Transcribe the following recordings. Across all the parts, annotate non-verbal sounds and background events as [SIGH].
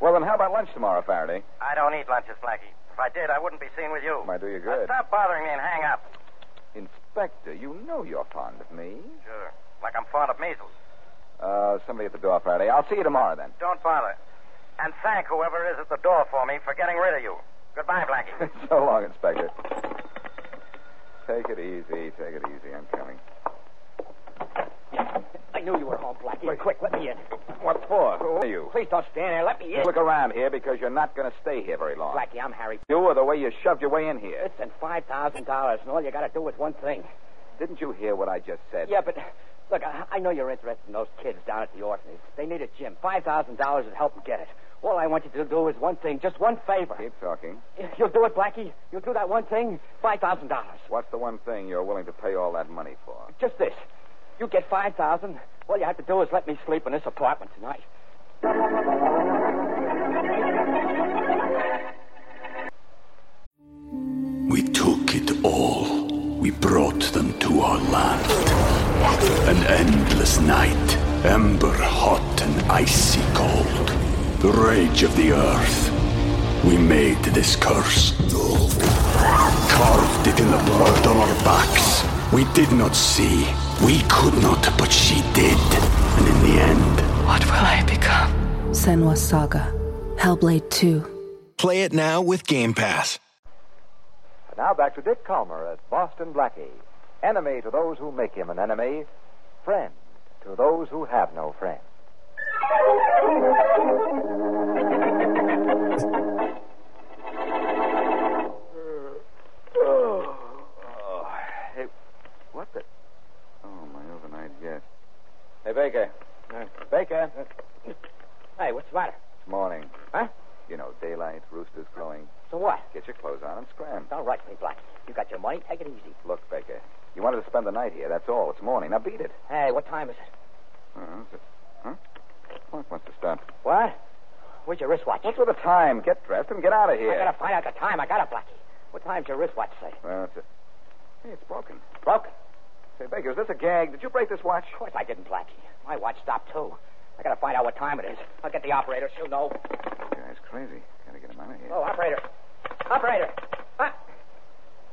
Well, then, how about lunch tomorrow, Faraday? I don't eat lunches, Blackie. If I did, I wouldn't be seen with you. Might do you Now, good. stop bothering me and hang up. Inspector, you know you're fond of me. Sure. Like I'm fond of measles. Uh, somebody at the door, Faraday. I'll see you tomorrow, then. [LAUGHS] Don't bother. And thank whoever is at the door for me for getting rid of you. Goodbye, Blackie. so long, Inspector. Take it easy. Take it easy. I'm coming. I knew you were home, Blackie. Quick, let me in. What for? Who are you? Please don't stand there. Let me in. Look around here because you're not going to stay here very long. Blackie, I'm Harry. You or the way you shoved your way in here. Listen, five thousand dollars, and all you got to do is one thing. Didn't you hear what I just said? Yeah, but look, I, I know you're interested in those kids down at the orphanage. They need a gym. Five thousand dollars would help them get it. All I want you to do is one thing, just one favor. Keep talking. You'll do it, Blackie. You'll do that one thing. Five thousand dollars. What's the one thing you're willing to pay all that money for? Just this. You get five thousand. All you have to do is let me sleep in this apartment tonight. We took it all. We brought them to our land. An endless night, ember hot and icy cold. The rage of the earth. We made this curse. Carved it in the blood on our backs. We did not see. We could not, but she did. And in the end, What will I become? Senwa Saga, Hellblade 2. Play it now with Game Pass. And now back to Dick Calmer as Boston Blackie. Enemy to those who make him an enemy, friend to those who have no friend. Oh, hey, what the? Oh, my overnight guest. Hey, Baker. Baker. Hey, what's the matter? It's morning. Huh? You know, daylight, roosters crowing. So what? Get your clothes on and scram. All right, me, Blackie. You got your money. Take it easy. Look, Baker, you wanted to spend the night here. That's all. It's morning. Now beat it. Hey, what time is it? Uh, is it- Huh? Clock must have stopped. What? Where's your wristwatch? What's with the time? Get dressed and get out of I here. gotta find out the time. I got it, Blackie. What time's your wristwatch say? Well, it's a... Hey, it's broken. Broken. Say, Baker, is this a gag? Did you break this watch? Of course I didn't, Blackie. My watch stopped too. I gotta find out what time it is. I'll get the operator. She'll know. This guy's crazy. Gotta get him out of here. Oh, operator. Operator. Huh?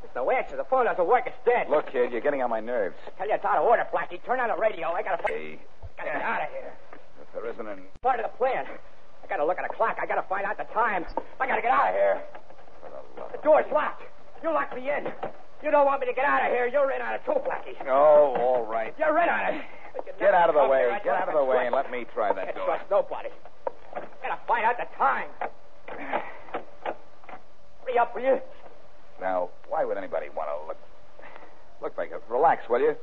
There's no answer. The phone doesn't work. It's dead. Look, kid, you're getting on my nerves. I tell you it's out of order, Blackie. Turn on the radio. I gotta, I Hey, gotta get out of here. if there isn't an... Part of the plan. I gotta look at the clock. I gotta find out the time. I gotta get out of here. For the love The of- door's locked. You locked me in. You don't want me to get out of here. You're in on it too, Blackie. Oh, all right. You're in on it. Get out of the way. I Get out of the way and let me try I that can't door. trust nobody. Gotta find out the time. Hurry up, will you? Now, why would anybody want to look? Look, Baker, relax, will you?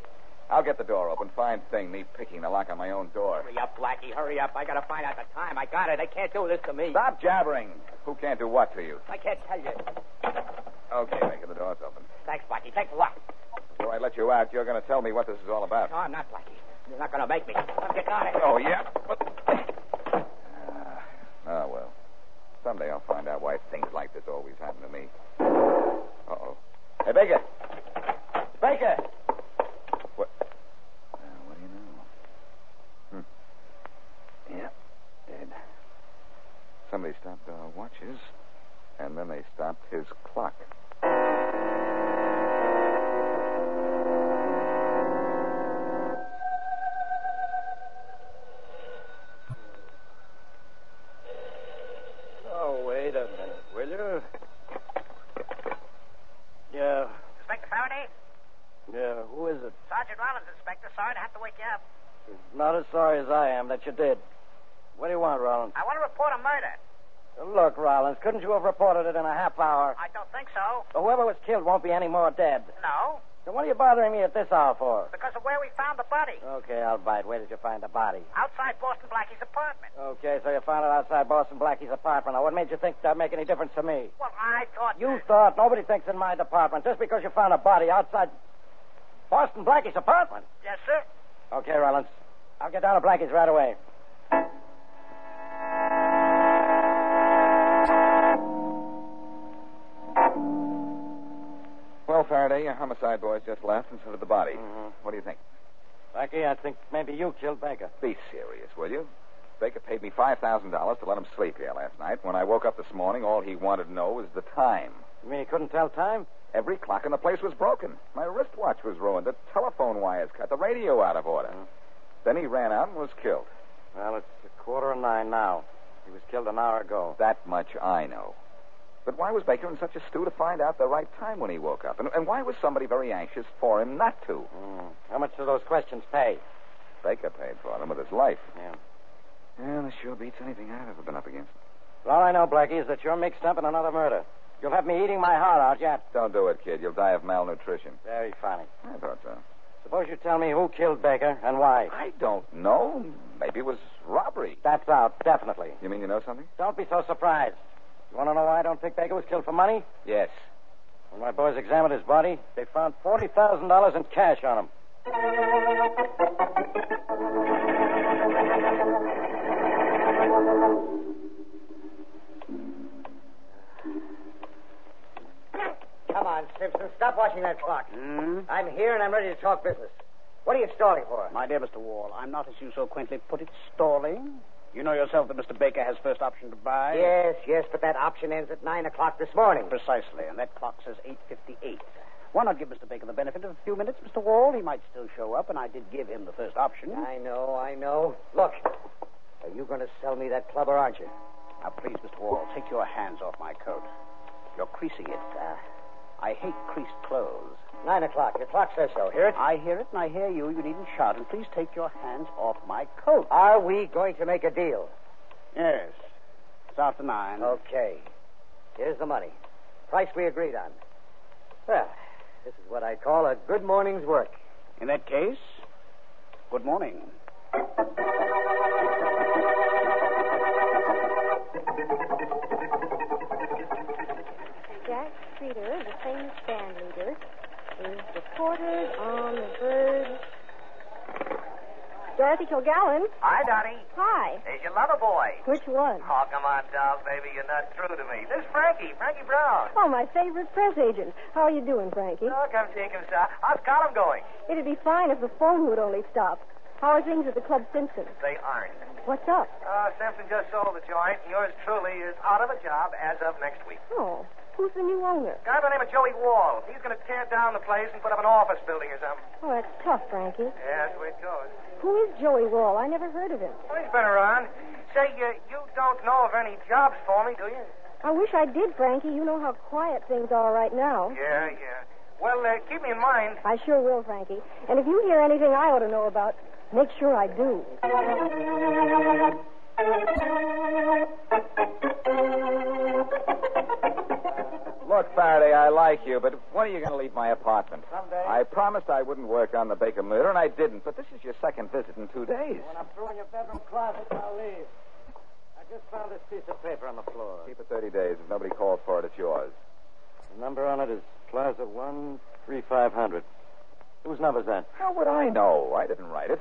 I'll get the door open. Fine thing, me picking the lock on my own door. Hurry up, Blackie. Hurry up. I gotta find out the time. I got it. They can't do this to me. Stop jabbering. Who can't do what to you? I can't tell you. Okay, Baker, the door's open. Thanks, Blackie. Thanks a lot. Before I let you out, you're going to tell me what this is all about. No, I'm not Blackie. You're not gonna make me. I'm getting out of here. Oh, yeah. But... Ah, oh, well. Someday I'll find out why things like this always happen to me. Uh-oh. Hey, Baker. Baker! What? Uh, what do you know? Hmm. Yeah, dead. Somebody stopped our watches, and then they stopped his clock. [LAUGHS] Oh, wait a minute, will you? Yeah, Inspector Faraday? yeah. Who is it? Sergeant Rollins, Inspector. Sorry to have to wake you up. Not as sorry as I am that you did. What do you want, Rollins? I want to report a murder. Look, Rollins, couldn't you have reported it in a half hour? I don't think so. Whoever was killed won't be any more dead. No, Then what are you bothering me at this hour for? because of where we found the body. Okay, I'll bite. Where did you find the body? Outside Boston Blackie's apartment. Okay, so you found it outside Boston Blackie's apartment. Now, what made you think that'd make any difference to me? Well, I thought. You thought nobody thinks in my department just because you found a body outside Boston Blackie's apartment. Yes, sir. Okay, Rollins. I'll get down to Blackie's right away. Well, Faraday, your homicide boys just left and so did the body. What do you think? Blackie, I think maybe you killed Baker. Be serious, will you? Baker paid me $5,000 to let him sleep here last night. When I woke up this morning, all he wanted to know was the time. You mean he couldn't tell time? Every clock in the place was broken. My wristwatch was ruined. The telephone wires cut. The radio out of order. Then he ran out and was killed. Well, it's a quarter of nine now. He was killed an hour ago. That much I know. But why was Baker in such a stew to find out the right time when he woke up? And, and why was somebody very anxious for him not to? Hmm. How much do those questions pay? Baker paid for them with his life. Yeah. Yeah, this sure beats anything I've ever been up against. All I know, Blackie, is that you're mixed up in another murder. You'll have me eating my heart out yet. Don't do it, kid. You'll die of malnutrition. Very funny. I thought so. Suppose you tell me who killed Baker and why. I don't know. Maybe it was robbery. That's out, definitely. You mean you know something? Don't be so surprised. You want to know why I don't think Baker was killed for money? Yes. When my boys examined his body, they found $40,000 in cash on him. Come on, Simpson. Stop watching that clock. I'm here and I'm ready to talk business. What are you stalling for? My dear Mr. Wall, I'm not, as you so quaintly put it, stalling. You know yourself that Mr. Baker has first option to buy. Yes, yes, but that option ends at 9 o'clock this morning. Precisely, and that clock says 8.58. Why not give Mr. Baker the benefit of a few minutes, Mr. Wall? He might still show up, and I did give him the first option. I know, I know. Look, are you going to sell me that club or aren't you? Now, please, Mr. Wall, take your hands off my coat. You're creasing it. Uh, I hate creased clothes. 9 o'clock. Your clock says so. Hear it? I hear it, and I hear you. You needn't shout, and please take your hands off my coat. Are we going to make a deal? Yes. It's after nine. Okay. Here's the money. Price we agreed on. Well, this is what I call a good morning's work. In that case, good morning. Jack Streeter, the famous band leader, is reported on the verge. Dorothy Kilgallen. Hi, Donnie. Hi. There's your lover boy. Which one? Oh, come on, doll, baby. You're not true to me. This is Frankie, Frankie Brown. Oh, my favorite press agent. How are you doing, Frankie? Oh, come see, come see. How's Colin going? It'd be fine if the phone would only stop. How are things at the Club Simpson? They aren't. What's up? Uh, Simpson just sold the joint, and yours truly is out of a job as of next week. Oh, who's the new owner? guy by the name of Joey Wall. He's going to tear down the place and put up an office building or something. Oh, that's tough, Yeah, Frankie. that's the way it goes. Who is Joey Wall? I never heard of him. Well, he's been around. Say, uh, you don't know of any jobs for me, do you? I wish I did, Frankie. You know how quiet things are right now. Yeah, yeah. Well, uh, keep me in mind. I sure will, Frankie. And if you hear anything I ought to know about, make sure I do. Look, Faraday, I like you, but when are you going to leave my apartment? Someday. I promised I wouldn't work on the Baker murder, and I didn't. But this is your second visit in two days. When I'm through in your bedroom closet, I'll leave. I just found this piece of paper on the floor. Keep it 30 days. If nobody calls for it, it's yours. The number on it is Plaza 13500. Whose number's that? How would I know? I didn't write it.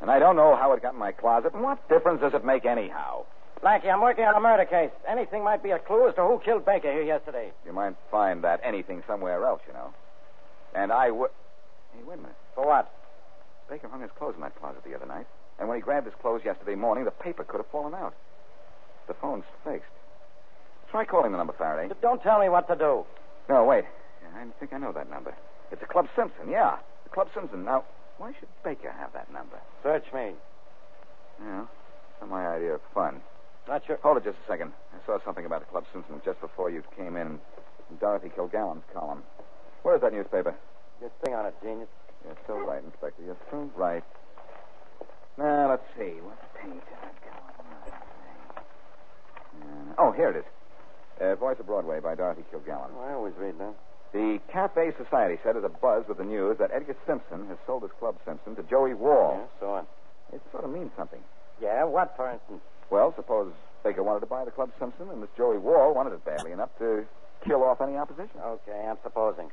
And I don't know how it got in my closet. And what difference does it make anyhow? Blackie, I'm working on a murder case. Anything might be a clue as to who killed Baker here yesterday. You might find that anything somewhere else, you know. And I would. Hey, wait a minute. For what? Baker hung his clothes in that closet the other night. And when he grabbed his clothes yesterday morning, the paper could have fallen out. The phone's fixed. Try calling the number, Faraday. D- Don't tell me what to do. No, wait. Yeah, I think I know that number. It's the Club Simpson, yeah. The Club Simpson. Now, why should Baker have that number? Search me. Yeah. Not my idea of fun. Not sure. Hold it just a second. I saw something about the Club Simpson just before you came in in Dorothy Kilgallen's column. Where is that newspaper? Good thing on it, genius. You're so right, Inspector. You're so right. Now, let's see. What page have I got? Uh, oh, here it is. Uh, Voice of Broadway by Dorothy Kilgallen. Oh, I always read that. The Cafe Society said is abuzz with the news that Edgar Simpson has sold his club Simpson to Joey Wall. Yeah, so on. It sort of means something. Yeah, what, for instance? Well, suppose Baker wanted to buy the club Simpson, and Miss Joey Wall wanted it badly enough to kill off any opposition. Okay, I'm supposing.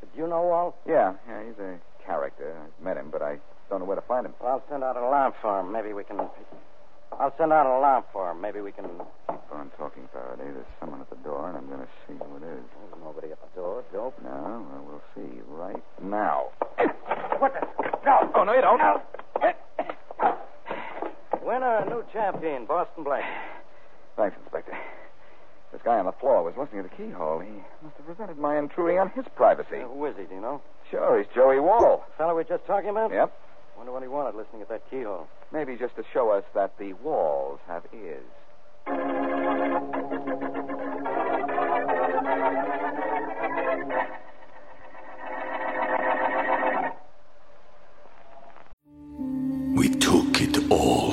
But you know all? Yeah, yeah, he's a character. I've met him, but I don't know where to find him. Well, I'll send out an alarm for him. Maybe we can. I'll send out an alarm for him. Maybe we can. Keep on talking, Faraday. There's someone at the door, and I'm going to see who it is. There's nobody at the door. Nope. No, well, we'll see right [COUGHS] now. What the? No! Oh, no, you don't. No. Winner, a new champion, [SIGHS] Boston Blake. [COUGHS] Thanks, Inspector. This guy on the floor was listening at the keyhole. He must have resented my intruding on his privacy. Uh, who is he, do you know? Sure, he's Joey Wall. The fellow we were just talking about? Yep. Wonder what he wanted listening at that keyhole. Maybe just to show us that the walls have ears. We took it all.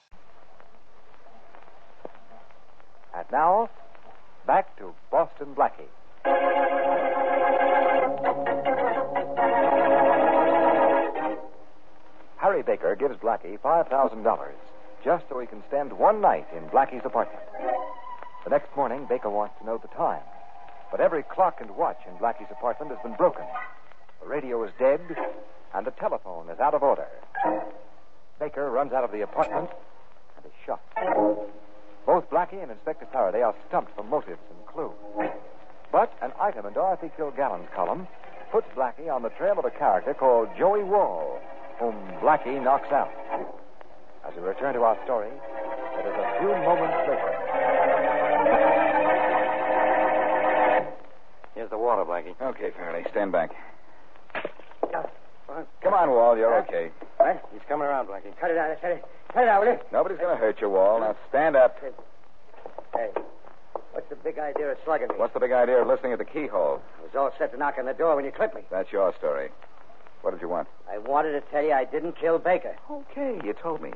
And now, back to Boston Blackie. Harry Baker gives Blackie $5,000 just so he can spend one night in Blackie's apartment. The next morning, Baker wants to know the time. But every clock and watch in Blackie's apartment has been broken. The radio is dead, and the telephone is out of order. Baker runs out of the apartment and is shot. Both Blackie and Inspector Faraday are stumped for motives and clues. But an item in Dorothy Kilgallen's column puts Blackie on the trail of a character called Joey Wall, whom Blackie knocks out. As we return to our story, it is a few moments later. Here's the water, Blackie. Okay, Faraday, stand back. Come on, Wall, you're Uh, okay. What? He's coming around, Blackie. Cut it out. Cut it. Cut it out, will you? Nobody's going to hurt you, Wall. Now stand up. Hey, what's the big idea of slugging me? What's the big idea of listening at the keyhole? I was all set to knock on the door when you clipped me. That's your story. What did you want? I wanted to tell you I didn't kill Baker. Okay, you told me.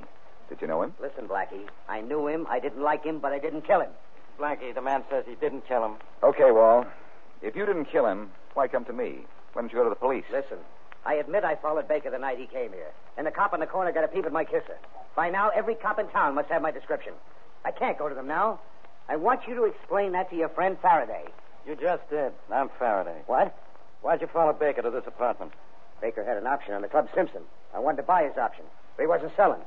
Did you know him? Listen, Blackie, I knew him. I didn't like him, but I didn't kill him. Blackie, the man says he didn't kill him. Okay, Wall. If you didn't kill him, why come to me? Why don't you go to the police? Listen, I admit I followed Baker the night he came here, and the cop in the corner got a peep at my kisser. By now, every cop in town must have my description. I can't go to them now. I want you to explain that to your friend Faraday. You just did. I'm Faraday. What? Why'd you follow Baker to this apartment? Baker had an option on the Club Simpson. I wanted to buy his option, but he wasn't selling.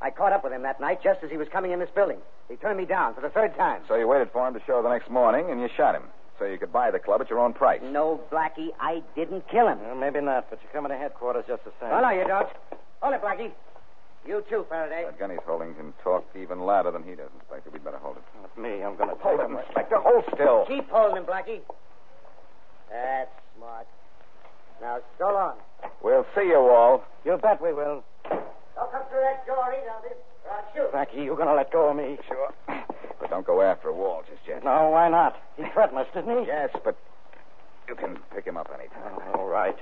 I caught up with him that night just as he was coming in this building. He turned me down for the third time. So you waited for him to show the next morning, and you shot him. So you could buy the club at your own price. No, Blackie, I didn't kill him. Well, maybe not, but you're coming to headquarters just the same. Oh, no, you don't. Hold it, Blackie. You too, Faraday. That gun he's holding can talk even louder than he does, Inspector. We'd better hold it. Not me. I'm going to Hold him, Inspector. Hold still. Keep holding him, Blackie. That's smart. Now, so long. We'll see you, Wall. You bet we will. Don't come through that door either, I'll be- or I'll shoot. Blackie, you're going to let go of me. Sure. But don't go after Wall just yet. No, why not? He threatened us, didn't he? Yes, but you can pick him up any time. Oh, all right.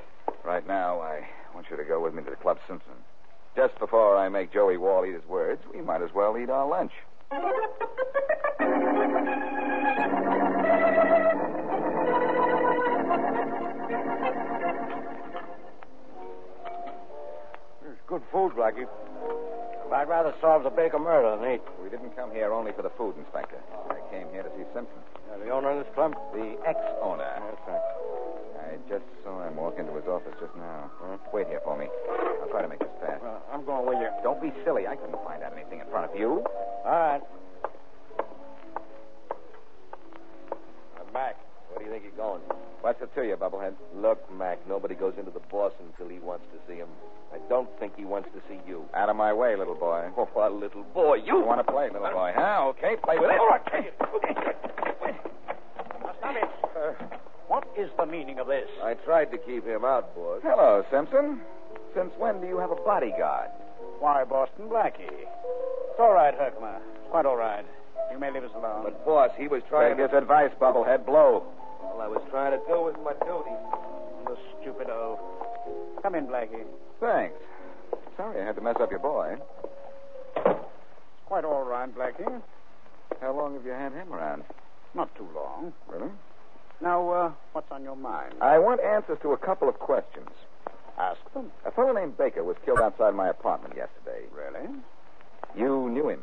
Right now, I want you to go with me to the Club Simpson. Just before I make Joey Wall eat his words, we might as well eat our lunch. It's good food, Blackie. I'd rather solve the Baker murder than eat. We didn't come here only for the food, Inspector. I came here to see Simpson, Uh, the owner of this club? the ex-owner. That's right. I just saw him walk into his office just now. Wait here for me. I'll try to make this fast. Well, I'm going with you. Don't be silly. I couldn't find out anything in front of you. All right. I'm back. Where do you think you're going? What's it to you, Bubblehead? Look, Mac, nobody goes into the boss until he wants to see him. I don't think he wants to see you. Out of my way, [LAUGHS] little boy. Oh, my little boy, you. You want to play, little boy, huh? Okay, play with it. All right, take it. Now, stop it. Uh, what is the meaning of this? I tried to keep him out, boss. Hello, Simpson. Since when do you have a bodyguard? Why, Boston Blackie? It's all right, Herkimer. It's quite all right. You may leave us alone. But, boss, he was trying Take his advice, Bubblehead. Blow. to. All I was trying to do was my duty. The stupid old. Come in, Blackie. It's Thanks. Sorry I had to mess up your boy. quite all right, Blackie. How long have you had him around? Not too long. Really? Now, uh, what's on your mind? Uh, I want answers to a couple of questions. Ask them. A fellow named Baker was killed outside my apartment yesterday. Really? You knew him.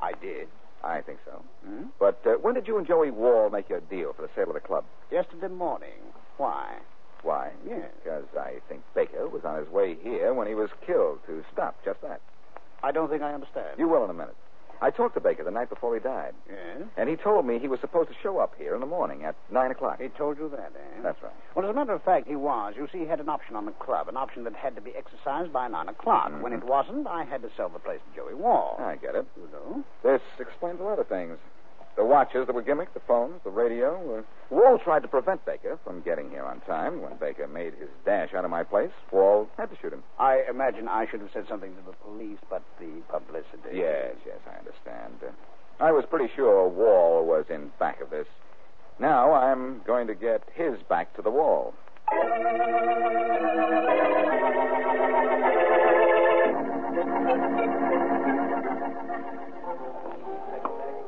I did. I think so. Hmm? But uh, when did you and Joey Wall make your deal for the sale of the club? Yesterday morning. Why? Why? Yes. Because I think Baker was on his way here when he was killed to stop just that. I don't think I understand. You will in a minute. I talked to Baker the night before he died, Yes? and he told me he was supposed to show up here in the morning at 9 o'clock. He told you that, eh? That's right. Well, as a matter of fact, he was. You see, he had an option on the club, an option that had to be exercised by 9 o'clock. When Mm-hmm. it wasn't, I had to sell the place to Joey Wall. I get it. You know? This explains a lot of things. The watches that were gimmicked, the phones, the radio. Uh, Wall tried to prevent Baker from getting here on time. When Baker made his dash out of my place, Wall had to shoot him. I imagine I should have said something to the police, but the publicity. Yes, yes, I understand. Uh, I was pretty sure Wall was in back of this. Now I'm going to get his back to the wall.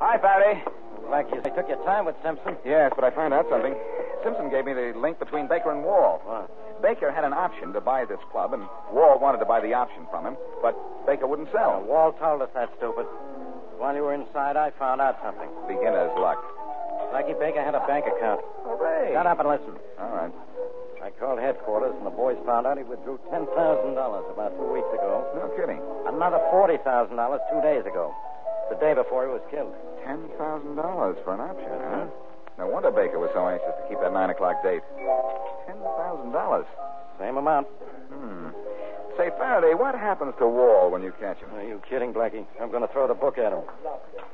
Hi, Barry. Like you, they took your time with Simpson. Yes, but I found out something. Simpson gave me the link between Baker and Wall. Baker had an option to buy this club, and Wall wanted to buy the option from him, but Baker wouldn't Well, sell. Wall told us that, stupid. While you were inside, I found out something. Beginner's luck. Blackie Baker had a bank account. Hooray! Shut up and listen. All right. I called headquarters, and the boys found out he withdrew $10,000 about two weeks ago. No kidding. Another $40,000 two days ago. The day before he was killed. Ten thousand dollars for an option, huh? No wonder Baker was so anxious to keep that nine o'clock date. Ten thousand dollars. Same amount. Hmm. Say, Faraday, what happens to Wall when you catch him? Are you kidding, Blackie? I'm going to throw the book at him.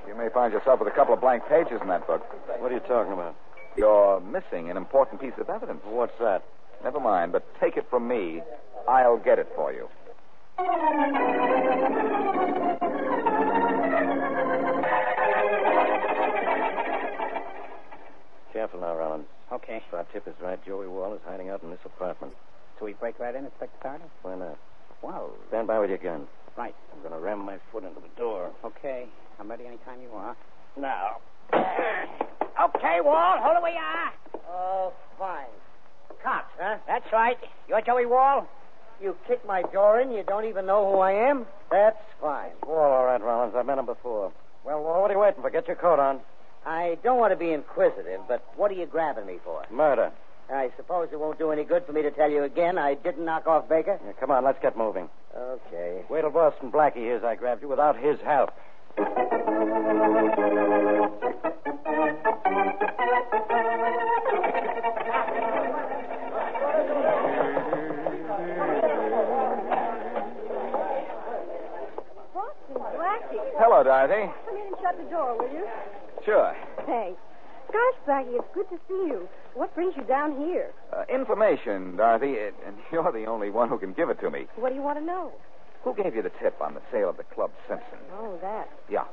You may find yourself with a couple of blank pages in that book. What are you talking about? You're missing an important piece of evidence. What's that? Never mind, but take it from me. I'll get it for you. Careful now, Rollins. Okay. If our tip is right, Joey Wall is hiding out in this apartment. So we break right in, Inspector Faraday? Why not? Wow. Stand by with your gun. Right. I'm going to ram my foot into the door. Okay. I'm ready anytime you are. Now. Okay, Wall, hold it where you are. Oh, fine. Cops, huh? That's right. You're Joey Wall? You kick my door in, you don't even know who I am? That's fine. Wall, all right, Rollins. I've met him before. Well, Wall, what are you waiting for? Get your coat on. I don't want to be inquisitive, but what are you grabbing me for? Murder. I suppose it won't do any good for me to tell you again I didn't knock off Baker. Yeah, come on, let's get moving. Okay. Wait till Boston Blackie hears I grabbed you without his help. Boston Blackie. Hello, Dorothy. Come in and shut the door, will you? Sure. Thanks. Gosh, Blackie, it's good to see you. What brings you down here? Uh, information, Dorothy, and and [LAUGHS] you're the only one who can give it to me. What do you want to know? Who gave you the tip on the sale of the club, Simpson? Oh, that. Yeah.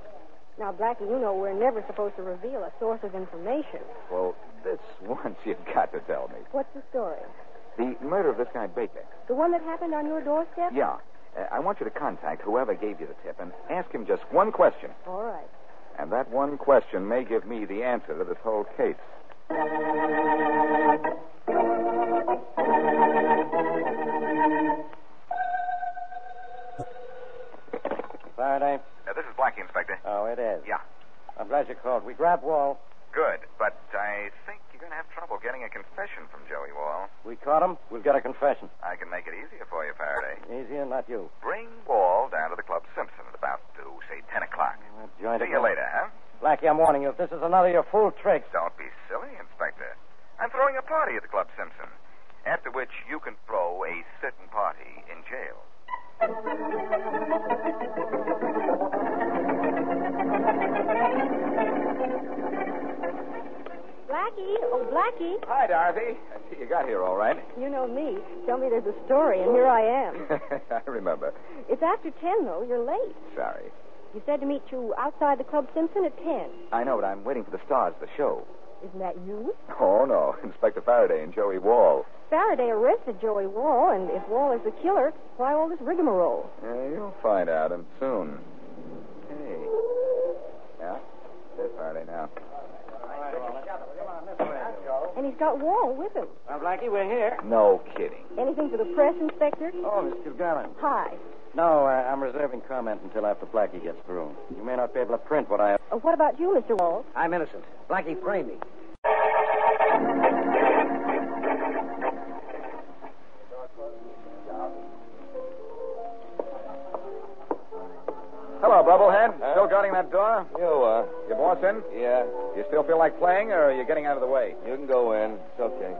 Now, Blackie, you know we're never supposed to reveal a source of information. Well, this [LAUGHS] once you've got to tell me. What's the story? The murder of this guy, Baker. The one that happened on your doorstep? Yeah. Uh, I want you to contact whoever gave you the tip and ask him just one question. All right. And that one question may give me the answer to this whole case. Faraday? Now, this is Blackie, Inspector. Oh, it is. Yeah. I'm glad you called. We grabbed Wall. Good, but I think you're going to have trouble getting a confession from Joey Wall. We caught him. We'll get a confession. I can make it easier for you, Faraday. Easier, not you. Bring Wall down to the Club Simpson at about, oh, say, 10 o'clock. That joint See you again. later, huh? Blackie, I'm warning you. If this is another of your fool tricks. Don't be silly, Inspector. I'm throwing a party at the Club Simpson, after which you can throw a certain party in jail. Blackie, oh, Blackie, Hi, Dorothy. I see you got here all right. you know me. Tell me there's a story, and here I am. [LAUGHS] I remember. It's after 10, though. You're late. Sorry. You said to meet you outside the Club Simpson at 10. I know, but I'm waiting for the stars of the show. Isn't that you? Oh, no. [LAUGHS] Inspector Faraday and Joey Wall. Faraday arrested Joey Wall, and if Wall is the killer, why all this rigmarole? Yeah, you'll find out, and soon. Hey. Yeah? Uh, Yeah. And he's got Wall with him. Well, Blackie, we're here. No kidding. Anything for the press, Inspector? Oh, Miss Kilgallen. Hi. No, uh, I'm reserving comment until after Blackie gets through. You may not be able to print what I. Uh, what about you, Mr. Wall? I'm innocent. Blackie framed me. Hello, Bubblehead. Still guarding that door? You, uh. Your boss in? Yeah. You still feel like playing, or are you getting out of the way? You can go in. It's okay.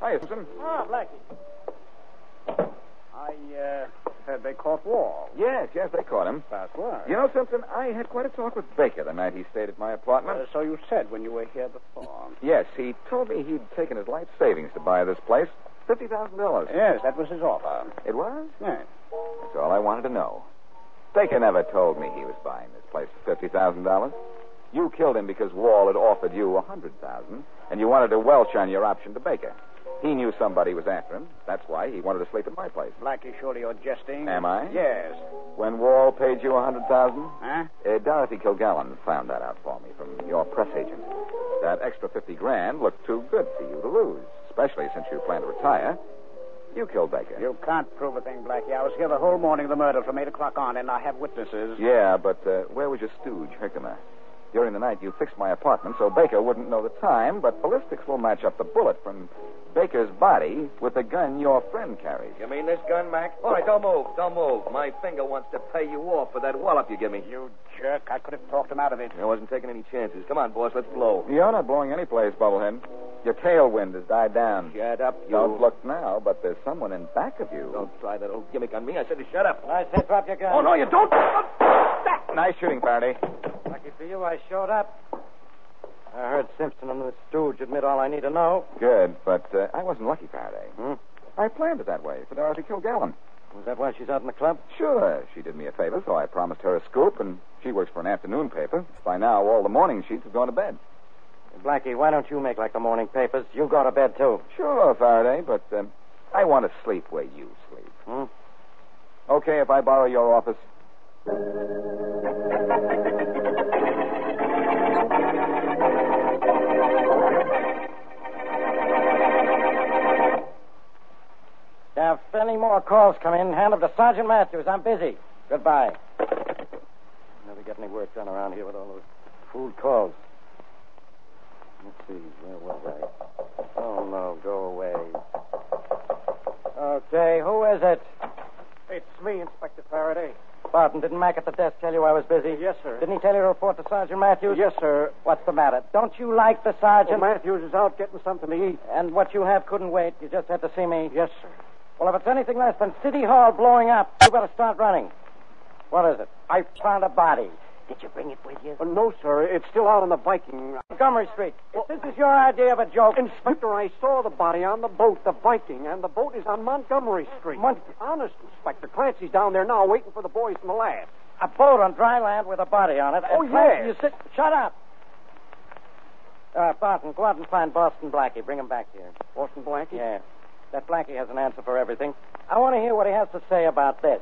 Hi, Simpson. Ah, Blackie. I, uh, heard they caught Wall. Yes, yes, they caught him. That's right. You know, Simpson, I had quite a talk with Baker the night he stayed at my apartment. Uh, so you said when you were here before. Yes, he told me he'd taken his life savings to buy this place. $50,000. Yes, that was his offer. It was? Yes. That's all I wanted to know. Baker never told me he was buying this place for $50,000. You killed him because Wall had offered you a 100000 and you wanted to welch on your option to Baker. He knew somebody was after him. That's why he wanted to sleep at my place. Blackie, surely you're jesting. Am I? Yes. When Wall paid you a hundred thousand? Huh? Uh, Dorothy Kilgallen found that out for me from your press agent. That extra fifty grand looked too good for you to lose, especially since you plan to retire. You killed Baker. You can't prove a thing, Blackie. I was here the whole morning of the murder from 8 o'clock on, and I have witnesses. Yeah, but uh, where was your stooge, Herkimer? During the night, you fixed my apartment so Baker wouldn't know the time, but ballistics will match up the bullet from Baker's body with the gun your friend carries. You mean this gun, Mac? All right, don't move. Don't move. My finger wants to pay you off for that wallop you give me. You jerk. I could have talked him out of it. I wasn't taking any chances. Come on, boss. Let's blow. You're not blowing any place, Bubblehead. Your tailwind has died down. Shut up, you. Don't look now, but there's someone in back of you. Don't try that old gimmick on me. I said to shut up. I said drop your gun. Oh, no, you don't. Nice shooting, Faraday. Lucky for you, I showed up. I heard Simpson and the stooge admit all I need to know. Good, but uh, I wasn't lucky, Faraday. Hmm? I planned it that way for Dorothy Kilgallen. Was that why she's out in the club? Sure. She did me a favor, so I promised her a scoop, and she works for an afternoon paper. By now, all the morning sheets have gone to bed. Blackie, why don't you make like the morning papers? You go to bed, too. Sure, Faraday, but um, I want to sleep where you sleep. Hmm? Okay, if I borrow your office. Now, if any more calls come in, hand them to Sergeant Matthews. I'm busy. Goodbye. Never get any work done around here with all those fool calls. Let's see, where was I? Oh, no, go away. Okay, who is it? It's me, Inspector Faraday. Barton, didn't Mac at the desk tell you I was busy? Yes, sir. Didn't he tell you to report to Sergeant Matthews? Yes, sir. What's the matter? Don't you like the sergeant? Well, Matthews is out getting something to eat. And what you have couldn't wait. You just had to see me. Yes, sir. Well, if it's anything less than City Hall blowing up, you better start running. What is it? I found a body. Did you bring it with you? Oh, no, sir. It's still out on the Viking. Montgomery Street. Well, if this is your idea of a joke. Inspector, I saw the body on the boat, the Viking, and the boat is on Montgomery Street. Mon- Honest, Inspector. Clancy's down there now waiting for the boys from the lab. A boat on dry land with a body on it. Oh, and Clancy, yes. You sit. Shut up. Uh, Barton, go out and find Boston Blackie. Bring him back here. Boston Blackie? Yeah. That Blackie has an answer for everything. I want to hear what he has to say about this.